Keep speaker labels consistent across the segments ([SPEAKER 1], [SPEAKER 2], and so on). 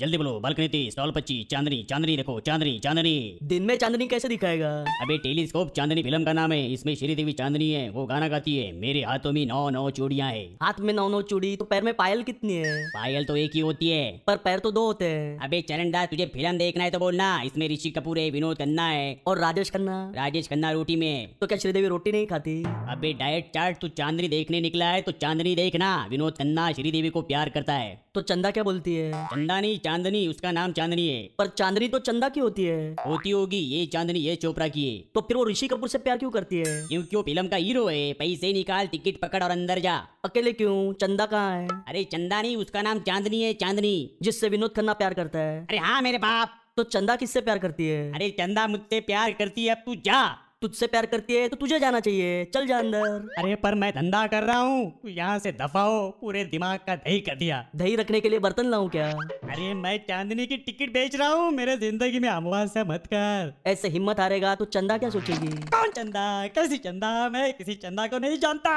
[SPEAKER 1] जल्दी बोलो बालकनी तीस स्टॉल पच्चीस चांदनी चांदनी रखो चांदनी चांदनी
[SPEAKER 2] दिन में चांदनी कैसे दिखाएगा
[SPEAKER 1] अबे टेलीस्कोप चांदनी फिल्म का नाम है इसमें श्रीदेवी चांदनी है वो गाना गाती है मेरे हाथों में नौ नौ चूड़ियां है
[SPEAKER 2] हाथ में नौ नौ चूड़ी तो पैर में पायल कितनी है
[SPEAKER 1] पायल तो एक ही होती है
[SPEAKER 2] पर पैर तो दो होते हैं
[SPEAKER 1] अबे चरण दास तुझे फिल्म देखना है तो बोलना इसमें ऋषि कपूर है विनोद खन्ना है
[SPEAKER 2] और राजेश खन्ना
[SPEAKER 1] राजेश खन्ना रोटी में है
[SPEAKER 2] तो क्या श्रीदेवी रोटी नहीं खाती
[SPEAKER 1] अबे डाइट चार्ट तू चांदनी देखने निकला है तो चांदनी देखना विनोद खन्ना श्रीदेवी को प्यार करता है
[SPEAKER 2] तो चंदा क्या बोलती है
[SPEAKER 1] चंदानी चांदनी उसका नाम चांदनी है
[SPEAKER 2] पर चांदनी तो चंदा की होती है
[SPEAKER 1] होती होगी ये चांदनी ये चोपड़ा की है
[SPEAKER 2] तो फिर वो ऋषि कपूर से प्यार क्यों करती है
[SPEAKER 1] क्योंकि वो फिल्म का हीरो है पैसे निकाल टिकट पकड़ और अंदर जा
[SPEAKER 2] अकेले क्यों चंदा कहाँ है
[SPEAKER 1] अरे चंदानी उसका नाम चांदनी है चांदनी
[SPEAKER 2] जिससे विनोद खन्ना प्यार करता है
[SPEAKER 1] अरे हाँ मेरे बाप
[SPEAKER 2] तो चंदा किससे प्यार करती है
[SPEAKER 1] अरे चंदा मुझसे प्यार करती है अब तू जा
[SPEAKER 2] तुझसे प्यार करती है तो तुझे जाना चाहिए चल जा अंदर
[SPEAKER 1] अरे पर मैं धंधा कर रहा हूँ तू यहाँ से दफा हो पूरे दिमाग का दही कर दिया
[SPEAKER 2] दही रखने के लिए बर्तन लाऊं क्या
[SPEAKER 1] अरे मैं चांदनी की टिकट बेच रहा हूँ मेरे जिंदगी में अमवासा मत कर
[SPEAKER 2] ऐसे हिम्मत हारेगा तो चंदा क्या सोचेगी
[SPEAKER 1] कौन चंदा कैसी चंदा मैं किसी चंदा को नहीं जानता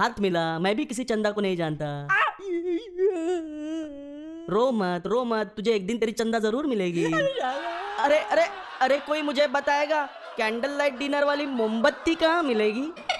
[SPEAKER 2] हाथ मिला मैं भी किसी चंदा को नहीं जानता रो मत रो मत तुझे एक दिन तेरी चंदा जरूर मिलेगी अरे अरे अरे कोई मुझे बताएगा कैंडल लाइट डिनर वाली मोमबत्ती कहाँ मिलेगी